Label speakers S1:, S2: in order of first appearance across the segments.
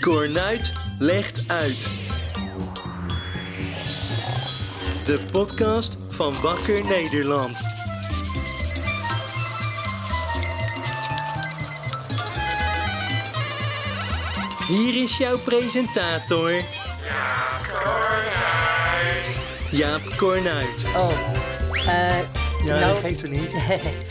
S1: Cornuit legt uit. De podcast van Wakker Nederland. Hier is jouw presentator. Jaap Cornuit.
S2: Oh, eh,
S3: Ja,
S2: nou,
S3: dat geeft er niet.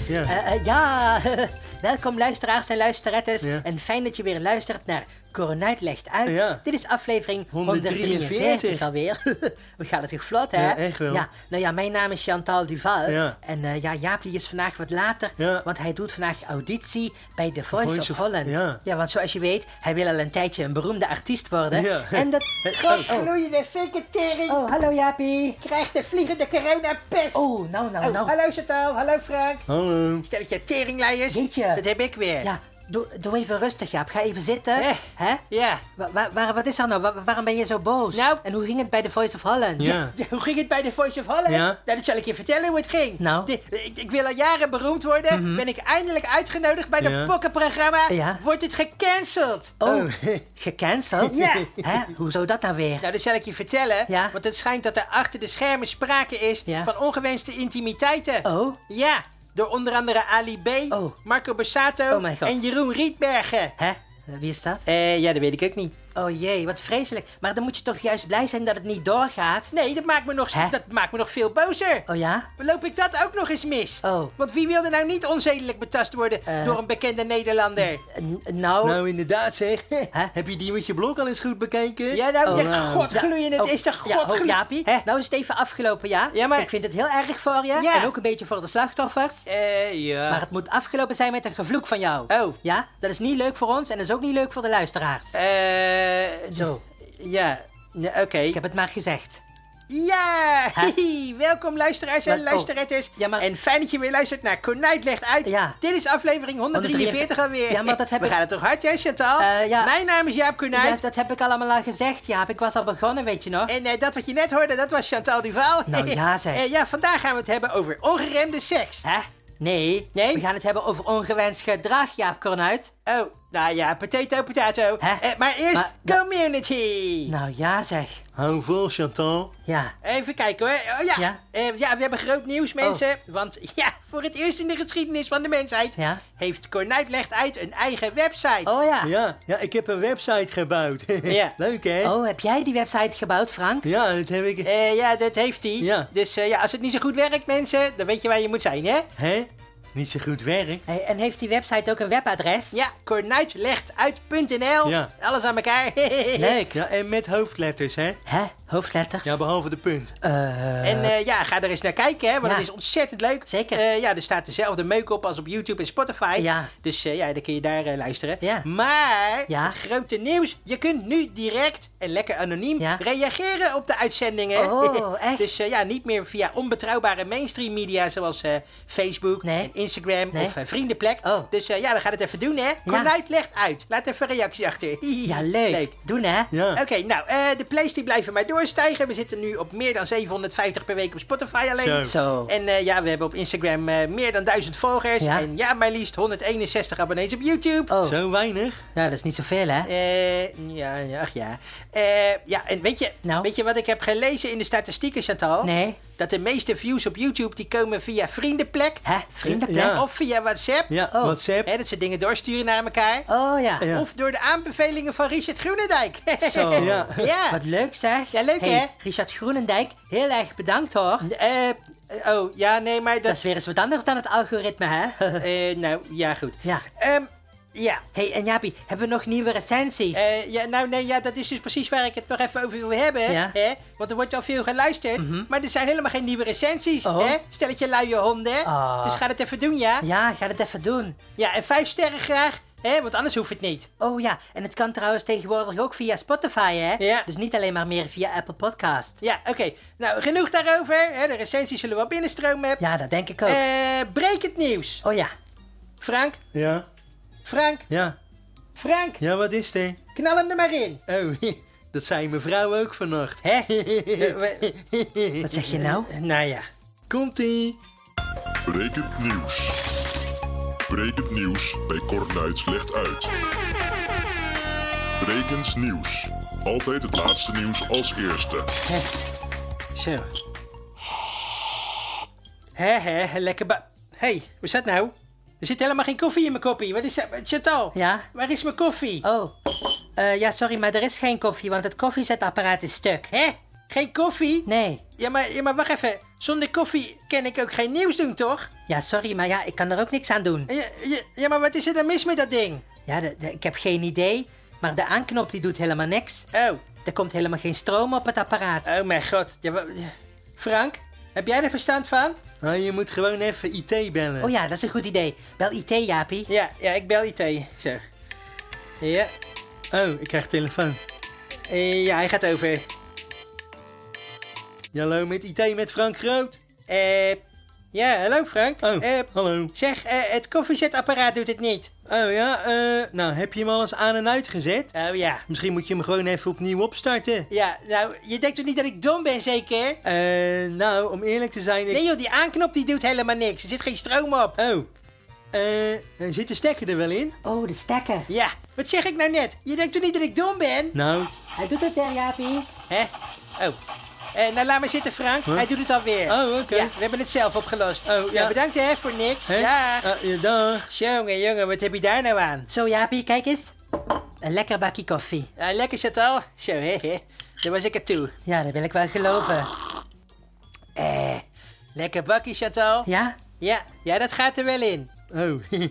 S3: Ja.
S2: eh, eh, ja. welkom luisteraars en luisterettes.
S3: Ja.
S2: En fijn dat je weer luistert naar Coronuit legt uit.
S3: Ja.
S2: Dit is aflevering
S3: 143
S2: 143 alweer. We gaan het weer vlot, hè?
S3: Ja, echt wel.
S2: Ja. Nou ja, mijn naam is Chantal Duval.
S3: Ja.
S2: En eh, ja, Jaap die is vandaag wat later,
S3: Ja.
S2: want hij doet vandaag auditie bij The Voice,
S3: Voice
S2: of
S3: of-
S2: Holland.
S3: ja.
S2: want zoals je weet, hij wil al een tijdje een beroemde artiest worden.
S3: Ja.
S2: En dat... Oh.
S4: Godgloeiende vinketering.
S2: oh, hallo Jaapie.
S4: Krijgt de vliegende coronapest.
S2: Oh, nou, nou,
S4: Oh,
S2: nou.
S4: hallo Chantal, hallo Frank.
S3: Hallo.
S4: Stelletje teringleiers.
S2: Jeetje.
S4: Dat heb ik weer.
S2: Ja, doe, doe even rustig, Jaap. Ga even zitten.
S4: Hè?
S2: Hè?
S4: Ja.
S2: Wa- wa- waar- wat is er nou? Wa- waarom ben je zo boos?
S4: Nou.
S2: En hoe ging het bij The Voice of Holland?
S3: Ja.
S4: Ja, Hoe ging het bij de Voice of Holland?
S3: Ja.
S4: Nou, dat zal ik je vertellen hoe het ging.
S2: Nou.
S4: De- ik, ik wil al jaren beroemd worden. Ben ik eindelijk uitgenodigd bij dat
S3: Mhm. Ja.
S4: pokkenprogramma.
S2: Ja.
S4: Wordt het gecanceld.
S2: Oh,
S3: Oh.
S2: gecanceld?
S4: Ja.
S2: Hè? Hoezo dat nou weer?
S4: Nou, dat zal ik je vertellen.
S2: Ja.
S4: Want het schijnt dat er achter de schermen sprake is
S2: Ja.
S4: van ongewenste intimiteiten.
S2: Oh,
S4: Ja, door onder andere Ali B,
S2: Oh.
S4: Marco Borsato
S2: Oh mijn god.
S4: en Jeroen Rietbergen.
S2: hè? Wie is dat?
S4: Eh, ja, dat weet ik ook niet.
S2: Oh jee, wat vreselijk. Maar dan moet je toch juist blij zijn dat het niet doorgaat?
S4: Nee, dat maakt me nog,
S2: Hè?
S4: dat maakt me nog veel bozer.
S2: Oh ja?
S4: Loop ik dat ook nog eens mis?
S2: Oh.
S4: Want wie wilde nou niet onzedelijk betast worden
S2: Eh.
S4: door een bekende Nederlander?
S2: N- nou,
S3: Nou, inderdaad zeg.
S2: Hè?
S3: Heb je die met je blok al eens goed bekeken?
S4: Ja, nou,
S2: Oh,
S4: ja,
S3: nou.
S4: godgloeiend, het
S2: oh,
S4: is toch
S2: ja, oh,
S4: godgloeiend.
S2: Jaapie,
S4: Hè?
S2: nou is het even afgelopen, ja?
S4: Ja, maar-
S2: Ik vind het heel erg voor je.
S4: Ja.
S2: En ook een beetje voor de slachtoffers.
S4: Eh, ja.
S2: Maar het moet afgelopen zijn met een gevloek van jou.
S4: Oh.
S2: Ja, dat is niet leuk voor ons en dat is ook niet leuk voor de luisteraars.
S4: Eh,
S2: Zo,
S4: ja, ja, oké.
S2: ik heb het maar gezegd.
S4: Ja,
S2: Hè?
S4: hihi, welkom luisteraars en
S2: Maar- oh.
S4: luisterettes.
S2: Ja, maar-
S4: En fijn dat je weer luistert naar Cornuit legt uit.
S2: Ja.
S4: Dit is aflevering 143 alweer.
S2: Ja, maar dat heb
S4: We
S2: ik-
S4: gaan het toch hard, hè Chantal?
S2: Eh, ja.
S4: Mijn naam is Jaap Cornuit.
S2: Ja, dat heb ik allemaal al gezegd, Jaap. Ik was al begonnen, weet je nog?
S4: En Nou, eh, dat wat je net hoorde, dat was Chantal Duval.
S2: Nou, ja, zeg.
S4: Eh, ja, vandaag gaan we het hebben over ongeremde seks.
S2: Hè? Nee.
S4: Nee?
S2: We gaan het hebben over ongewenst gedrag, Jaap Kornuit.
S4: Oh, nou ja, potato, potato.
S2: Hè?
S4: Eh, maar eerst
S2: Maar-
S4: community.
S2: Nou ja, zeg.
S3: Hou vol, Chantal.
S2: Ja.
S4: Even kijken hoor. Oh, ja.
S2: Ja? Oh.
S4: Eh, ja, we hebben groot nieuws, mensen. Want ja, voor het eerst in de geschiedenis van de mensheid...
S2: Ja?
S4: heeft Cornuit Legt Uit een eigen website.
S2: Oh ja.
S3: Ja, ja, ik heb een website gebouwd.
S4: Ja.
S3: Leuk hè?
S2: Oh, heb jij die website gebouwd, Frank?
S3: Ja, dat heb ik.
S4: Eh, ja, dat heeft hij.
S3: Ja.
S4: Dus eh, ja, als het niet zo goed werkt, mensen, dan weet je waar je moet zijn, hè?
S3: Hè? Niet zo goed werk.
S2: Hey, en heeft die website ook een webadres?
S4: Ja, cornuitlechtuit.nl.
S3: Ja.
S4: Alles aan elkaar.
S2: Leuk.
S3: Ja, en met hoofdletters hè?
S2: Hè? Hoofdletters?
S3: Ja, behalve de punt.
S2: Eh,
S4: En eh, ja, ga er eens naar kijken, hè, want
S2: Ja.
S4: het is ontzettend leuk.
S2: Zeker.
S4: Eh, ja, er staat dezelfde meuk op als op YouTube en Spotify.
S2: Ja.
S4: Dus eh, ja, dan kun je daar eh, luisteren.
S2: Ja.
S4: Maar
S2: Ja.
S4: het grote nieuws, je kunt nu direct en lekker anoniem
S2: Ja.
S4: reageren op de uitzendingen.
S2: Oh, echt?
S4: Dus eh, ja, niet meer via onbetrouwbare mainstream media zoals eh, Facebook,
S2: Nee.
S4: en Instagram
S2: Nee.
S4: of eh, Vriendenplek.
S2: Oh.
S4: Dus eh, ja, we gaan het even doen, hè. Cornuit legt uit. Laat even een reactie achter.
S2: ja, leuk. Doen, hè?
S3: Ja.
S4: Oké, nou, eh, de plays die blijven maar doorstijgen. We zitten nu op meer dan 750 per week op Spotify alleen.
S3: Zo.
S2: Zo.
S4: En eh, ja, we hebben op Instagram eh, meer dan 1000 volgers.
S2: Ja.
S4: En ja, maar liefst 161 abonnees op YouTube.
S2: Oh,
S3: Zo weinig.
S2: ja, dat is niet zoveel, hè?
S4: Eh, ja, ja, ach ja. Eh, ja, en weet je,
S2: Nou?
S4: weet je wat ik heb gelezen in de statistieken, Chantal?
S2: Nee.
S4: Dat de meeste views op YouTube die komen via vriendenplek.
S2: Hè? Vriendenplek?
S3: Ja.
S4: Of via WhatsApp.
S3: Ja,
S2: Oh.
S3: WhatsApp.
S4: Hè, dat ze dingen doorsturen naar elkaar.
S2: Oh ja.
S3: Ja.
S4: Of door de aanbevelingen van Richard Groenendijk.
S2: Zo.
S3: Ja.
S4: ja.
S2: Wat leuk zeg.
S4: Ja, leuk,
S2: Hey,
S4: hè?
S2: Richard Groenendijk, heel erg bedankt hoor.
S4: Eh, eh, oh, ja, nee, maar
S2: Dat
S4: dat...
S2: is weer eens wat anders dan het algoritme, hè?
S4: eh, nou, ja, goed.
S2: ja.
S4: Ehm, ja.
S2: hey, en Jaapie, hebben we nog nieuwe recensies?
S4: Eh, ja, nou nee, ja, dat is dus precies waar ik het nog even over wil hebben.
S2: Ja. Mhm.
S4: Hè? Want er wordt wel veel geluisterd, maar er zijn helemaal geen nieuwe recensies.
S2: Oh.
S4: Hè? Stelletje luie honden.
S2: Ah.
S4: Dus ga het even doen, ja?
S2: Ja, ga dat even doen.
S4: Ja, en vijf sterren graag, hè? want anders hoeft het niet.
S2: Oh ja, en het kan trouwens tegenwoordig ook via Spotify, hè?
S4: Ja.
S2: Dus niet alleen maar meer via Apple Podcast.
S4: Ja, oké. Nou, genoeg daarover. Hè? De recensies zullen wel binnenstromen.
S2: Ja, dat denk ik ook.
S4: Eh, breek het nieuws.
S2: Oh ja.
S4: Frank,
S3: Ja,
S4: Frank,
S3: ja.
S4: Frank,
S3: Ja, wat is er?
S4: knal hem er maar in.
S3: Oh, dat zei mevrouw ook vannacht.
S4: Hè? Eh, we-
S2: Wat zeg je nou?
S4: nou ja.
S3: Komt-ie.
S5: Brekend nieuws. Brekend nieuws bij Kornuit legt uit. Brekens nieuws. Altijd het laatste nieuws als eerste.
S4: Zo. Hè, hè, hè, lekker ba... Hé, hey, hoe is dat nou? Er zit helemaal geen koffie in mijn koppie. Wat is dat? Chantal?
S2: Ja?
S4: Waar is mijn koffie?
S2: Oh, Eh, ja, sorry, maar er is geen koffie, want het koffiezetapparaat is stuk.
S4: Hè? Geen koffie?
S2: Nee.
S4: Ja, maar, ja, maar wacht even. Zonder koffie kan ik ook geen nieuws doen, toch?
S2: Ja, sorry, maar ja, ik kan er ook niks aan doen.
S4: Ja, ja, ja, maar wat is er dan mis met dat ding?
S2: Ja, de- de- ik heb geen idee, maar de aanknop die doet helemaal niks.
S4: Oh,
S2: Er komt helemaal geen stroom op het apparaat.
S4: oh mijn god. Ja, wa- ja. Frank, heb jij er verstand van?
S3: Ah, je moet gewoon even IT bellen.
S2: Oh ja, dat is een goed idee. Bel IT, Jaapie.
S4: Ja, ja, ik bel IT. Zo. Ja,
S3: oh, ik krijg telefoon.
S4: eh, ja hij gaat over.
S3: Hallo met IT met Frank Groot.
S4: Eh, ja, hallo Frank.
S3: Oh,
S4: Eh,
S3: hallo.
S4: zeg, eh, het koffiezetapparaat doet het niet.
S3: Oh ja, eh, nou heb je hem al eens aan en uitgezet?
S4: Oh ja.
S3: Misschien moet je hem gewoon even opnieuw opstarten.
S4: Ja, nou, je denkt toch niet dat ik dom ben, zeker?
S3: Eh, nou, om eerlijk te zijn, ik...
S4: Nee joh, die aanknop die doet helemaal niks. Er zit geen stroom op.
S3: Oh, eh, zit de stekker er wel in?
S2: Oh, de stekker.
S4: Ja, wat zeg ik nou net? Je denkt toch niet dat ik dom ben?
S3: Nou,
S2: Hij doet het, hè, Jaapie.
S4: Hè? Oh. Eh, nou, laat maar zitten, Frank. Hij doet het alweer.
S3: Oh, oké.
S4: Ja, we hebben het zelf opgelost. Nou,
S3: Oh, ja.
S4: bedankt hè, voor niks.
S3: hè?
S4: Ja.
S3: Ah, ja, dag.
S4: Jongen, jongen, wat heb je daar nou aan?
S2: Zo, Jaapie, kijk eens. Een lekker bakje koffie.
S4: Ah, lekker zat al. Zo, hè, hè. Daar was ik het toe.
S2: Ja, dat wil ik wel geloven.
S4: Lekker bakkie, Chantal.
S2: Ja?
S4: Ja, ja, dat gaat er wel in.
S3: Oh,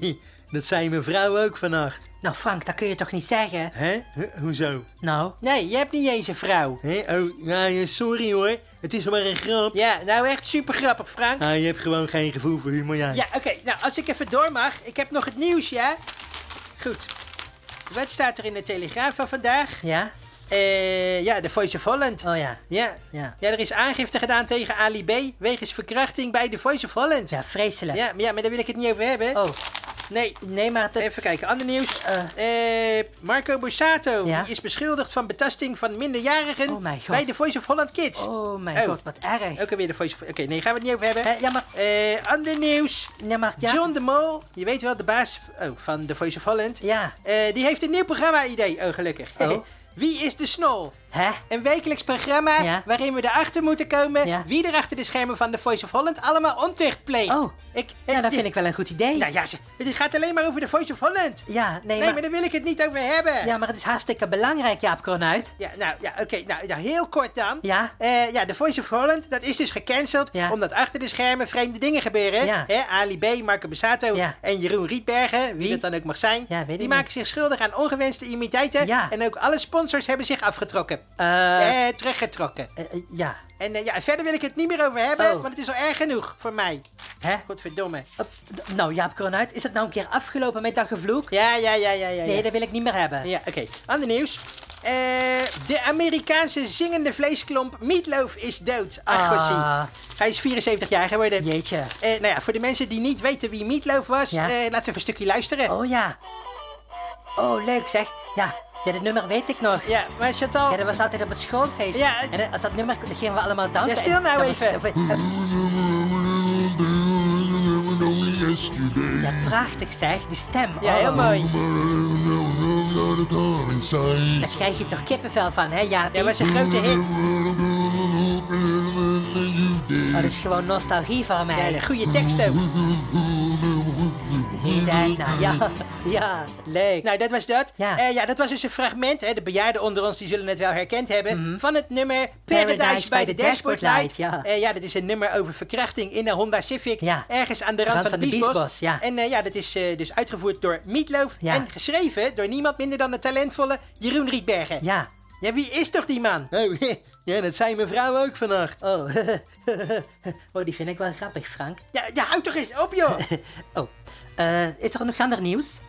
S3: dat zei mijn vrouw ook vannacht.
S2: Nou, Frank, dat kun je toch niet zeggen?
S3: Hè? Huh, hoezo?
S2: Nou,
S4: Nee, je hebt niet eens een vrouw.
S3: Hè? Oh, ja, ja, sorry hoor. Het is maar een grap.
S4: Ja, nou echt super grappig, Frank.
S3: Ah, je hebt gewoon geen gevoel voor humor, jij.
S4: Ja, oké. Nou, als ik even door mag. Ik heb nog het nieuws, ja? Goed. Wat staat er in de Telegraaf van vandaag?
S2: ja?
S4: Eh, ja, de Voice of Holland.
S2: Oh ja.
S4: Ja.
S2: Ja.
S4: ja, er is aangifte gedaan tegen Ali B. wegens verkrachting bij de Voice of Holland.
S2: Ja, vreselijk.
S4: Ja, maar, ja, maar daar wil ik het niet over hebben.
S2: Oh,
S4: Nee.
S2: nee, maar dat...
S4: Even kijken, ander nieuws. Eh, Marco Borsato
S2: Ja?
S4: die is beschuldigd van betasting van minderjarigen
S2: Oh mijn god.
S4: bij de Voice of Holland Kids.
S2: Oh mijn god, wat erg.
S4: Ook alweer de Voice of... Oké, nee, gaan we het niet over hebben.
S2: Eh, ja, maar...
S4: Eh, ander nieuws.
S2: Ja, maar... Ja.
S4: John de Mol, je weet wel, de baas oh, van The Voice of Holland.
S2: Ja.
S4: Eh, die heeft een nieuw programma-idee. Oh, gelukkig.
S2: Oh.
S4: Wie is de snol?
S2: Hè?
S4: Een wekelijks programma
S2: Ja.
S4: waarin we erachter moeten komen
S2: Ja.
S4: wie er achter de schermen van The Voice of Holland allemaal ontucht pleegt.
S2: Oh.
S4: ik,
S2: Ja, dat vind ik wel een goed idee.
S4: Nou ja, ze- het gaat alleen maar over The Voice of Holland.
S2: Ja, nee,
S4: nee,
S2: maar...
S4: maar daar wil ik het niet over hebben.
S2: Ja, maar het is hartstikke belangrijk, Jaap Kronuit.
S4: Ja, nou, ja, oké. nou, nou, heel kort dan.
S2: Ja.
S4: Eh, ja, The Voice of Holland, dat is dus gecanceld.
S2: Ja.
S4: Omdat achter de schermen vreemde dingen gebeuren.
S2: Ja.
S4: Hè, Ali B, Marco Bassato
S2: Ja.
S4: en Jeroen Rietbergen, wie, dat dan ook mag zijn.
S2: Ja, weet ik
S4: die
S2: niet.
S4: maken zich schuldig aan ongewenste imiteiten.
S2: Ja.
S4: En ook alle sponsors hebben zich afgetrokken.
S2: Eh.
S4: Eh, teruggetrokken.
S2: Eh, eh, ja.
S4: En eh, ja, verder wil ik het niet meer over hebben,
S2: Oh.
S4: want het is al erg genoeg voor mij.
S2: Hè?
S4: Godverdomme.
S2: Op- d- Nou, Jaap Kronuit, is het nou een keer afgelopen met dat gevloek?
S4: Ja, ja, ja, ja, ja. ja.
S2: Nee, dat wil ik niet meer hebben.
S4: Ja, oké. Ander nieuws. Eh, de Amerikaanse zingende vleesklomp Meatloaf is dood. Ach,
S2: Ah.
S4: ah. Hij is 74 jaar geworden.
S2: Jeetje.
S4: Eh, nou ja, voor de mensen die niet weten wie Meatloaf was,
S2: Ja.
S4: eh, laten we even een stukje luisteren.
S2: Oh ja. Oh, leuk zeg. Ja, ja dat nummer weet ik nog.
S4: Ja, maar Chantal...
S2: Ja, dat was altijd op het schoolfeest.
S4: Ja,
S2: en dan- als dat nummer dan gingen we allemaal dansen.
S4: Ja, stil nou
S2: En dat was-
S4: even.
S2: dat was-
S5: Yesterday,
S2: ja, prachtig zeg, die stem.
S4: ja,
S2: Oh,
S4: heel mooi.
S2: Daar krijg je toch kippenvel van, hè Jaapie?
S4: Ja, was een grote hit.
S2: Oh, dat is gewoon nostalgie voor
S4: Ja,
S2: mij.
S4: een goede tekst ook.
S2: Niet uit, nou, ja. ja.
S4: Leuk. Nou, dat was dat.
S2: Ja.
S4: Eh, ja, dat was dus een fragment. Hè, de bejaarden onder ons die zullen het wel herkend hebben. Van het nummer Mhm. Paradise, by the Dashboard Light.
S2: ja.
S4: Eh, ja, dat is een nummer over verkrachting in de Honda Civic.
S2: Ja.
S4: Ergens aan de rand, van, de Biesbos.
S2: Biesbos, ja.
S4: En eh, ja, dat is eh, dus uitgevoerd door Meatloaf.
S2: Ja.
S4: En geschreven door niemand minder dan de talentvolle Jeroen Rietbergen.
S2: Ja.
S4: Ja, wie is toch die man?
S3: Oh, ja, dat zei mijn vrouw ook vannacht.
S2: Oh. oh, die vind ik wel grappig, Frank.
S4: Ja, ja houd toch eens op, joh.
S2: Oh, eh, is er nog ander nieuws?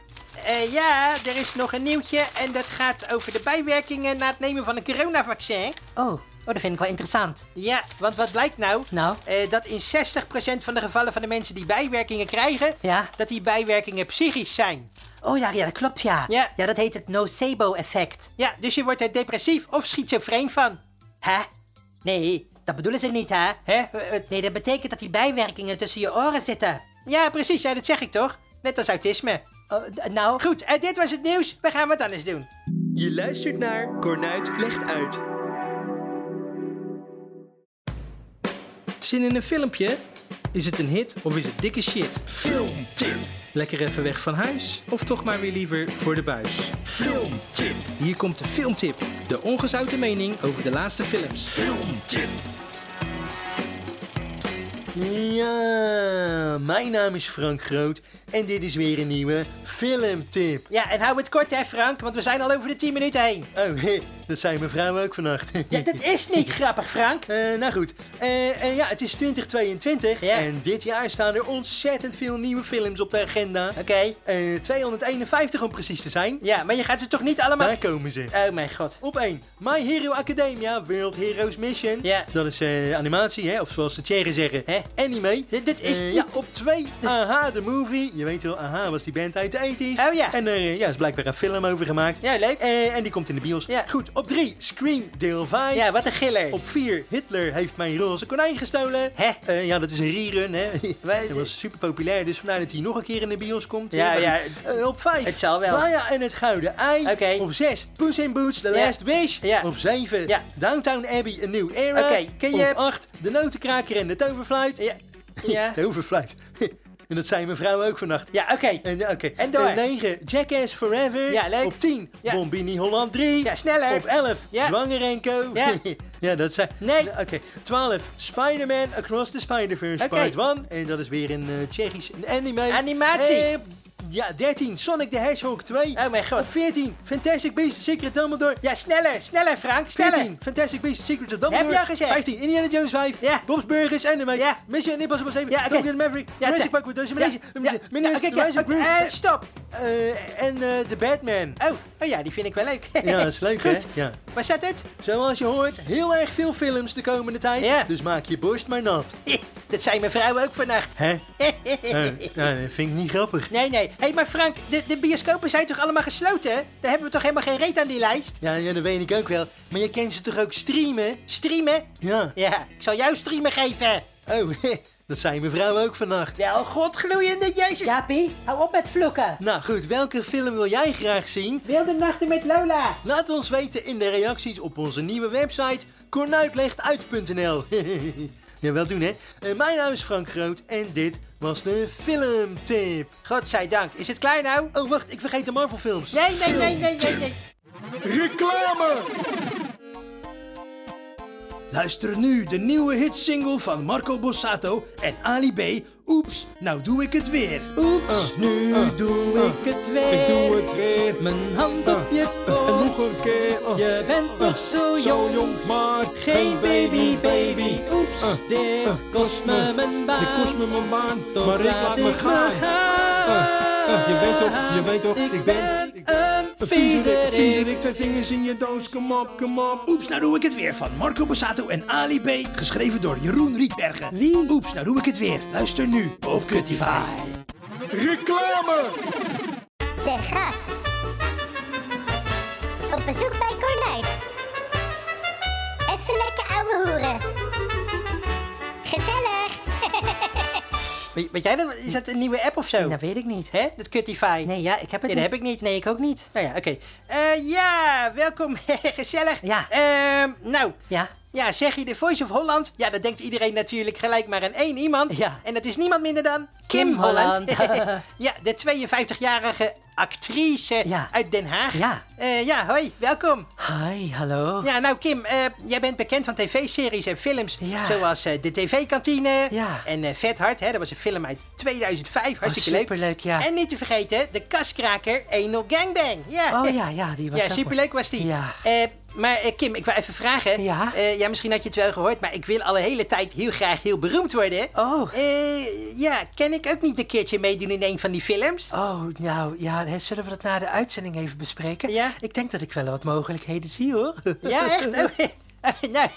S4: Eh, ja, er is nog een nieuwtje. En dat gaat over de bijwerkingen na het nemen van een coronavaccin.
S2: Oh, oh, dat vind ik wel interessant.
S4: Ja, want wat blijkt nou?
S2: Nou?
S4: Eh, dat in 60% van de gevallen van de mensen die bijwerkingen krijgen,
S2: Ja.
S4: dat die bijwerkingen psychisch zijn.
S2: Oh ja, ja dat klopt ja.
S4: Ja.
S2: Ja, dat heet het nocebo-effect.
S4: Ja, dus je wordt er depressief of schizofreen van.
S2: Hè? Nee, dat bedoelen ze niet, hè?
S4: Hè? Eh, eh,
S2: Nee, dat betekent dat die bijwerkingen tussen je oren zitten.
S4: Ja, precies, ja, dat zeg ik toch? Net als autisme.
S2: Oh, d- nou,
S4: Goed, eh, dit was het nieuws. We gaan wat anders doen.
S1: Je luistert naar Cornuit Legt Uit. Zin in een filmpje? Is het een hit of is het dikke shit? Filmtip! Lekker even weg van huis of toch maar weer liever voor de buis? Filmtip! Hier komt de filmtip. De ongezouten mening over de laatste films. Filmtip!
S3: Ja, mijn naam is Frank Groot en dit is weer een nieuwe filmtip.
S4: Ja, en hou het kort hè Frank, want we zijn al over de 10 minuten heen.
S3: Oh, dat zei mijn vrouw ook vannacht.
S4: Ja, dat is niet grappig Frank.
S3: Eh, nou goed, Eh, eh, ja, het is 2022
S4: Ja.
S3: en dit jaar staan er ontzettend veel nieuwe films op de agenda.
S4: Oké.
S3: Eh, 251 om precies te zijn.
S4: Ja, maar je gaat ze toch niet allemaal...
S3: Daar komen ze.
S4: Oh mijn god.
S3: Op 1, My Hero Academia World Heroes Mission.
S4: Ja.
S3: Dat is eh, animatie, hè? of zoals de Tsjechen zeggen, hè? anime.
S4: Dit- dit is
S3: Eh,
S4: niet-
S3: ja, op 2, Aha, de movie. Je weet wel, Aha was die band uit de 80s.
S4: Oh ja.
S3: En er eh, ja, is blijkbaar een film over gemaakt.
S4: Ja, leuk.
S3: Eh, en die komt in de bios.
S4: Ja.
S3: Goed, op 3, Scream deel 5.
S4: Ja, wat een giller.
S3: Op 4, Hitler heeft mijn roze konijn gestolen.
S4: Hè?
S3: Eh, ja, dat is een rerun, hè.
S4: Wij-
S3: Dat was super populair, dus vandaar dat hij nog een keer in de bios komt.
S4: Ja,
S3: Maar
S4: ja.
S3: goed. Eh, op 5,
S4: Het zal wel.
S3: Playa en het Gouden Ei.
S4: Oké.
S3: Op 6, Puss in Boots, The
S4: Ja.
S3: Last Wish.
S4: Ja.
S3: Op 7,
S4: Ja.
S3: Downtown Abbey, A New Era.
S4: Oké, ken je-
S3: Op 8, De Notenkraker en de Toverfluit.
S4: Ja. Ja,
S3: Toverfluit. en dat zei mijn vrouw ook vannacht.
S4: ja oké.
S3: En, oké.
S4: En door.
S3: Eh, 9, Jackass Forever.
S4: Ja, leuk.
S3: Op 10,
S4: Ja.
S3: Bombini Holland 3.
S4: Ja, sneller.
S3: Op 11,
S4: Ja.
S3: Zwanger en Co.
S4: Ja.
S3: ja, dat zijn...
S4: Nee.
S3: Oké. 12, Spider-Man Across the Spider-Verse
S4: Oké.
S3: Part 1. En dat is weer een eh, Tsjechisch anime.
S4: Animatie.
S3: Eh, ja, 13, Sonic the Hedgehog 2.
S4: Oh mijn god.
S3: 14, Fantastic Beasts, The Secret Dumbledore.
S4: Ja, sneller, sneller Frank, sneller.
S3: 14, Fantastic Beasts, The Secret of Dumbledore.
S4: Heb je al gezegd?
S3: 15, Indiana Jones 5.
S4: Ja.
S3: Bob's Burgers, Anime.
S4: Ja.
S3: Mission Impossible 7.
S4: Ja, oké.
S3: Top Gun Maverick.
S4: Ja,
S3: Jurassic
S4: te-
S3: Park with Those
S4: Ja,
S3: Amazing.
S4: ja, ja, oké, ja, oké, eh, stop.
S3: Eh, en eh The Batman.
S4: Oh, oh ja, die vind ik wel leuk.
S3: Ja, dat is leuk, hè?
S4: Goed.
S3: Ja.
S4: Waar staat het?
S3: Zoals je hoort, heel erg veel films de komende tijd.
S4: Ja.
S3: Dus maak je borst maar nat.
S4: Dat zei mijn vrouw ook vannacht.
S3: Hè? nou, dat vind ik niet grappig.
S4: Nee, nee. Hé, hey, maar Frank, de, de bioscopen zijn toch allemaal gesloten? Daar hebben we toch helemaal geen reet aan die lijst?
S3: Ja, ja, dat weet ik ook wel. Maar je kent ze toch ook streamen?
S4: Streamen?
S3: Ja.
S4: Ja, ik zal jou streamen geven.
S3: Oh, dat zei mijn vrouw ook vannacht.
S4: Wel, godgloeiende Jezus.
S2: Jaapie, hou op met vloeken.
S3: Nou goed, welke film wil jij graag zien?
S4: Wilde nachten met Lola.
S3: Laat ons weten in de reacties op onze nieuwe website kornuitlechtuit.nl. ja, wel doen hè. Eh, mijn naam is Frank Groot en dit was de filmtip.
S4: Godzijdank. Is het klaar nou?
S3: Oh wacht, ik vergeet de Marvel films.
S4: Nee, nee, nee, nee, nee, nee.
S1: Reclame!
S3: Luister nu de nieuwe hitsingle van Marco Borsato en Ali B. Oeps, nou doe ik het weer.
S1: Oeps, nu doe ik het weer. Ah. Ik doe het weer.
S3: Mijn hand op
S1: je
S3: kop.
S1: En nog een keer. ah,
S3: Je bent nog zo
S1: Zo
S3: jong.
S1: jong, maar
S3: Geen baby, baby. Oeps,
S4: Eh,
S1: Ah,
S3: dit
S1: ah,
S3: kost me
S1: ah,
S3: mijn
S1: Dit
S3: baan.
S1: kost me mijn baan,
S3: Toch
S1: maar ik laat me gaan. Ah, ah, je weet toch, je weet toch,
S3: Ik,
S1: ik
S3: ben,
S1: ben-
S3: een
S1: Een viezerik, een
S3: viezerik.
S1: viezerik, twee vingers in je doos, kom op, kom op.
S3: Oeps, nou doe ik het weer van Marco Bassato en Ali B. Geschreven door Jeroen Rietbergen.
S2: Wie?
S3: Oeps, nou doe ik het weer. Luister nu op Cutify.
S1: Reclame!
S6: De gast. Op bezoek bij Cornuit. Even lekker ouwe hoeren. Gezellig.
S4: Weet, weet jij dat? Is dat een nieuwe app of zo?
S2: Dat Nou, weet ik niet.
S4: Hè? Dat Cutify.
S2: Nee, ja, ik heb het
S4: Nee, dat heb ik niet.
S2: Nee, ik ook niet.
S4: Nou ja, oké. Eh, ja, welkom. Gezellig.
S2: Ja.
S4: Ehm, nou.
S2: Ja.
S4: Ja, zeg je de Voice of Holland? Ja, dat denkt iedereen natuurlijk gelijk maar aan één iemand.
S2: Ja.
S4: En dat is niemand minder dan Kim,
S2: Kim
S4: Holland.
S2: Holland.
S4: ja, de 52-jarige actrice
S2: Ja.
S4: uit Den Haag.
S2: Ja.
S4: Eh, ja, hoi, welkom.
S2: Hi, hallo.
S4: Ja, nou Kim, eh, jij bent bekend van tv-series en films
S2: Ja.
S4: zoals eh, De TV-kantine
S2: Ja. Oh,
S4: en eh, Vet Hart. Hè, dat was een film uit 2005, hartstikke leuk.
S2: superleuk, ja.
S4: En niet te vergeten, De Kaskraker 1-0 Gangbang. Ja.
S2: Oh ja, ja, die was
S4: Ja,
S2: ook
S4: superleuk
S2: mooi.
S4: was die.
S2: Ja.
S4: Eh, maar eh, Kim, ik wil even vragen.
S2: Ja?
S4: Eh, ja, misschien had je het wel gehoord, maar ik wil al een hele tijd heel graag heel beroemd worden.
S2: Oh.
S4: Eh, ja, kan ik ook niet een keertje meedoen in een van die films?
S2: Oh, nou ja, hè, zullen we dat na de uitzending even bespreken?
S4: Ja.
S2: Ik denk dat ik wel wat mogelijkheden zie hoor.
S4: Ja, echt? Oh, oh, nou,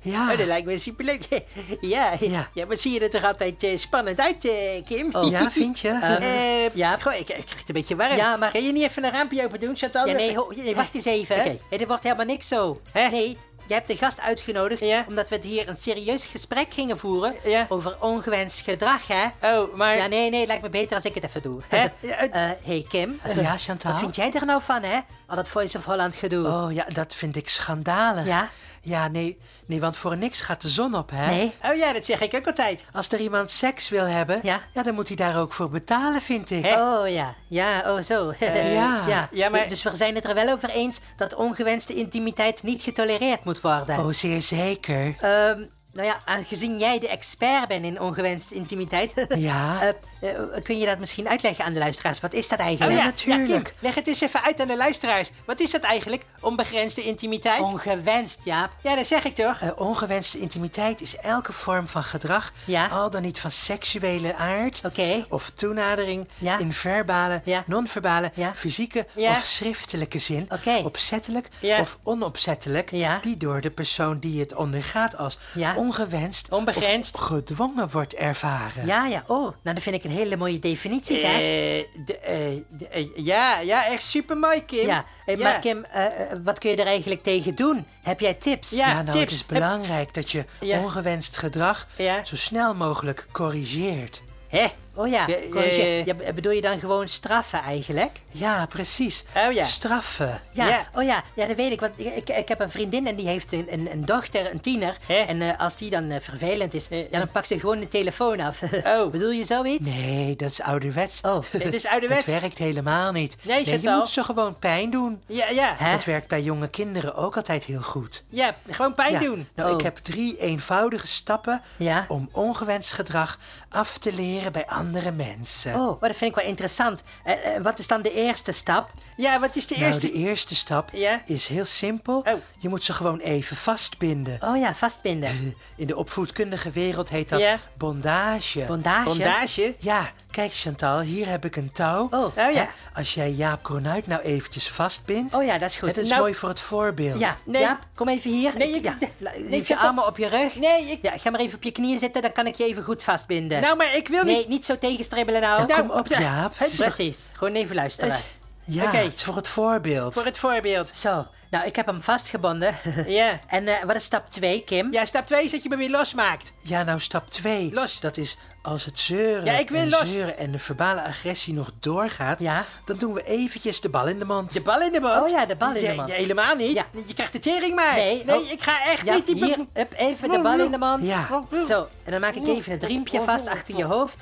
S2: Ja.
S4: oh, dat lijkt me superleuk. Ja, ja.
S2: Ja.
S4: ja, maar zie je er toch altijd eh, spannend uit, eh, Kim?
S2: Oh, ja, vind je? Uh,
S4: Eh,
S2: ja.
S4: goh, ik, ik krijg het een beetje warm.
S2: Ja, maar-
S4: Kan je niet even een raampje open doen? Chantal?
S2: Ja, nee,
S4: Even-
S2: ho- nee, wacht eens even.
S4: Oké.
S2: Hè, Er wordt helemaal niks zo.
S4: Hè?
S2: Nee, Je hebt de gast uitgenodigd
S4: Ja.
S2: omdat we het hier een serieus gesprek gingen voeren
S4: Ja.
S2: over ongewenst gedrag, hè?
S4: Oh, maar...
S2: Ja, nee, nee, lijkt me beter als ik het even doe.
S4: Hè?
S2: Hé,
S4: Ja, het-
S2: hey Kim.
S4: Ja, Chantal?
S2: Wat vind jij er nou van, hè? Al dat Voice of Holland gedoe.
S4: Oh ja, dat vind ik schandalig.
S2: Ja?
S4: Ja, nee, nee, want voor niks gaat de zon op, hè?
S2: Nee.
S4: Oh ja, dat zeg ik ook altijd. Als er iemand seks wil hebben,
S2: Ja?
S4: dan moet hij daar ook voor betalen, vind ik.
S2: Oh ja, ja, oh zo.
S4: Eh, ja. Ja, maar-
S2: Dus we zijn het er wel over eens dat ongewenste intimiteit niet getolereerd moet worden.
S4: Oh, zeer zeker.
S2: Ehm, nou ja, aangezien jij de expert bent in ongewenste intimiteit,
S4: Ja.
S2: eh, eh, kun je dat misschien uitleggen aan de luisteraars? Wat is dat
S4: Oh
S2: eigenlijk?
S4: ja,
S2: natuurlijk.
S4: Kim, leg het eens even uit aan de luisteraars. Wat is dat eigenlijk, onbegrensde intimiteit?
S2: Ongewenst, Jaap.
S4: ja, dat zeg ik toch?
S7: Eh, ongewenste intimiteit is elke vorm van gedrag,
S2: Ja.
S7: al dan niet van seksuele aard
S2: Oké.
S7: of toenadering
S2: Ja.
S7: in verbale,
S2: Ja.
S7: non-verbale,
S2: Ja.
S7: fysieke
S4: Ja.
S7: of schriftelijke zin,
S2: Oké.
S7: opzettelijk
S4: Ja.
S7: of onopzettelijk,
S2: Ja.
S7: die door de persoon die het ondergaat als
S2: Ja.
S7: ongewenst
S4: Onbegrensd.
S7: of gedwongen wordt ervaren.
S2: Ja, ja, oh, nou dat vind ik een hele mooie definitie, zeg.
S4: Eh, de- eh, de- eh, ja, ja, echt supermooi, Kim.
S2: ja, eh, maar Kim, eh, eh, wat kun je er eigenlijk tegen doen? Heb jij tips?
S4: Ja,
S7: nou,
S4: tips.
S7: het is belangrijk dat je
S4: Ja.
S7: ongewenst gedrag
S4: Ja.
S7: zo snel mogelijk corrigeert.
S4: Hè?
S2: Oh ja,
S4: Eh, eh,
S2: corrigeer. Ja, b- bedoel je dan gewoon straffen eigenlijk?
S7: Ja, precies.
S4: Oh ja.
S7: Straffen.
S2: Ja,
S4: Ja.
S2: oh ja, ja, dat weet ik. Want ik, ik heb een vriendin en die heeft een, een, een dochter, een tiener.
S4: Hè? eh.
S2: En eh, als die dan eh, vervelend is, ja, dan pakt ze gewoon de telefoon af.
S4: Oh.
S2: Bedoel je zoiets?
S7: Nee, dat is ouderwets.
S2: Oh.
S4: Het is ouderwets.
S7: Dat werkt helemaal niet.
S4: Nee,
S7: je
S4: Chantal.
S7: moet ze gewoon pijn doen.
S4: Ja, ja.
S2: Hè?
S7: Dat werkt bij jonge kinderen ook altijd heel goed.
S4: Ja, gewoon pijn
S7: Ja,
S4: doen.
S7: Nou,
S2: Oh.
S7: ik heb drie eenvoudige stappen
S2: Ja?
S7: om ongewenst gedrag af te leren bij andere mensen.
S2: Oh, maar dat vind ik wel interessant. Eh, eh, wat is dan de eerste stap?
S4: Ja, wat is de
S7: Nou,
S4: eerste...
S7: de eerste stap
S4: Ja?
S7: is heel simpel.
S4: Oh.
S7: Je moet ze gewoon even vastbinden.
S2: Oh ja, vastbinden.
S7: In de opvoedkundige wereld heet dat
S4: Ja.
S7: bondage.
S2: Bondage.
S4: Bondage?
S7: ja, kijk Chantal, hier heb ik een touw.
S2: Oh. Oh,
S4: ja.
S7: Hè, Als jij Jaap Cornuit nou eventjes vastbindt...
S2: Oh ja, dat is goed.
S7: Het is
S4: Nou-
S7: mooi voor het voorbeeld.
S2: Ja,
S4: Nee.
S2: Jaap, kom even hier.
S4: Nee, ik-
S2: ja.
S4: nee,
S2: la-
S4: ik
S2: Leef je
S4: zit op-
S2: armen op je rug.
S4: Nee, ik...
S2: Ja, ga maar even op je knieën zitten, dan kan ik je even goed vastbinden.
S4: Nou, maar ik wil niet...
S2: Nee, niet zo tegenstribbelen nou.
S4: Nou,
S7: Kom op,
S4: ja,
S7: Jaap.
S4: het is Eh. toch-
S2: Precies, gewoon even luisteren.
S7: Ja,
S4: Oké.
S7: het is voor het voorbeeld.
S4: Voor het voorbeeld.
S2: Zo, nou, ik heb hem vastgebonden.
S4: Ja.
S2: En eh, wat is stap 2, Kim?
S4: Ja, stap 2 is dat je me weer losmaakt.
S7: Ja, nou stap 2.
S4: Los.
S7: Dat is als het zeuren
S4: Ja, ik wil
S7: en
S4: los.
S7: zeuren en de verbale agressie nog doorgaat...
S2: Ja.
S7: dan doen we eventjes de bal in de mond.
S4: De bal in de mond.
S2: Oh ja, de bal in de
S4: Ja,
S2: mond.
S4: ja, helemaal niet.
S2: Ja.
S4: Je krijgt de tering maar.
S2: Nee, oh.
S4: ik ga echt
S2: Ja,
S4: niet die...
S2: hier, hup, even de bal in de mand.
S7: Ja.
S2: Zo, en dan maak ik even het riempje vast achter je hoofd.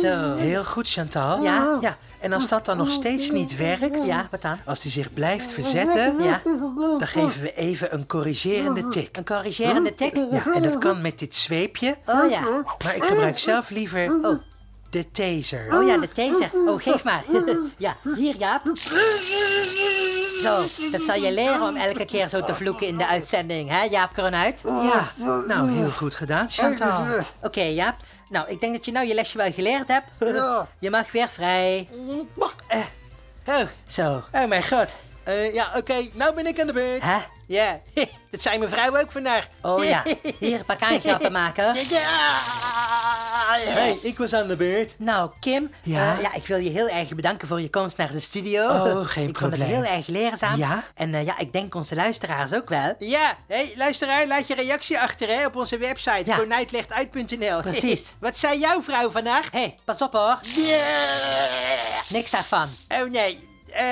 S2: Zo.
S7: Heel goed, Chantal.
S2: Ja.
S7: ja. En als dat dan nog steeds niet werkt...
S2: Ja, wat dan?
S7: Als die zich blijft verzetten,
S2: Ja.
S7: dan geven we even een corrigerende tik.
S2: Een corrigerende
S4: Hm?
S2: tik?
S7: Ja, en dat kan met dit zweepje,
S2: Oh ja.
S7: maar ik gebruik zelf liever de taser.
S2: Oh ja, de taser. Oh, geef maar. Ja, hier Jaap. Zo, dat zal je leren om elke keer zo te vloeken in de uitzending, hè Jaap Kronuit?
S7: Ja, nou heel goed gedaan, Chantal.
S2: Oké Jaap, nou ik denk dat je nou je lesje wel geleerd hebt. Je mag weer vrij.
S4: Oh,
S2: Zo,
S4: oh mijn god. Eh, ja, oké. Nou ben ik aan de beurt.
S2: hè?
S4: Ja. Dat zei mijn vrouw ook vannacht.
S2: Oh ja, hier pak aan grappen maken.
S3: Hé, hey, ik was aan de beurt.
S2: Nou, Kim, ja?
S7: Ja?
S2: ja, ik wil je heel erg bedanken voor je komst naar de studio.
S7: Oh, geen
S2: ik vond het
S7: probleem.
S2: heel erg leerzaam.
S7: Ja?
S2: En eh, ja, ik denk onze luisteraars ook wel.
S4: Ja, hey, luisteraar, laat je reactie achter hè, op onze website
S2: Ja.
S4: konijtlechtuit.nl.
S2: Precies.
S4: Wat zei jouw vrouw vannacht?
S2: Hé, hey, pas op hoor, niks daarvan.
S4: Oh nee, Eh,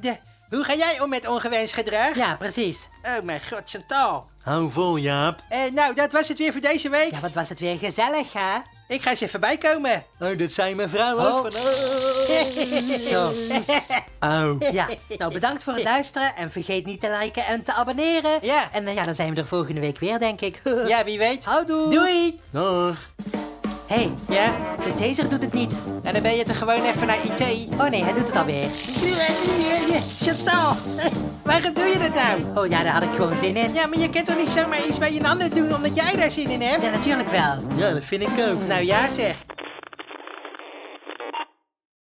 S4: de, hoe ga jij om met ongewenst gedrag?
S2: Ja, precies.
S4: Oh mijn god, Chantal.
S3: Hou vol, Jaap.
S4: Eh, nou, dat was het weer voor deze week.
S2: Ja, wat was het weer gezellig, hè?
S4: Ik ga eens even bijkomen.
S3: Oh, dat zei mijn vrouw
S2: Oh.
S3: ook. Van, oh.
S2: Zo,
S3: Au.
S2: ja. Nou, bedankt voor het luisteren en vergeet niet te liken en te abonneren.
S4: Ja.
S2: En eh, ja, dan zijn we er volgende week weer, denk ik.
S4: Ja, wie weet.
S2: Houdoe.
S4: Doei.
S3: Dag.
S2: Hé,
S4: Ja,
S2: hey, de taser doet het niet.
S4: en dan ben je er gewoon even naar IT.
S2: Oh nee, hij doet het alweer.
S4: eh, Chantal, waarom doe je dat nou?
S2: Oh ja, daar had ik gewoon zin in.
S4: Ja, maar je kunt toch niet zomaar iets bij een ander doen omdat jij daar zin in hebt?
S2: Ja, natuurlijk wel.
S3: Ja, dat vind ik ook.
S4: Nou ja, zeg.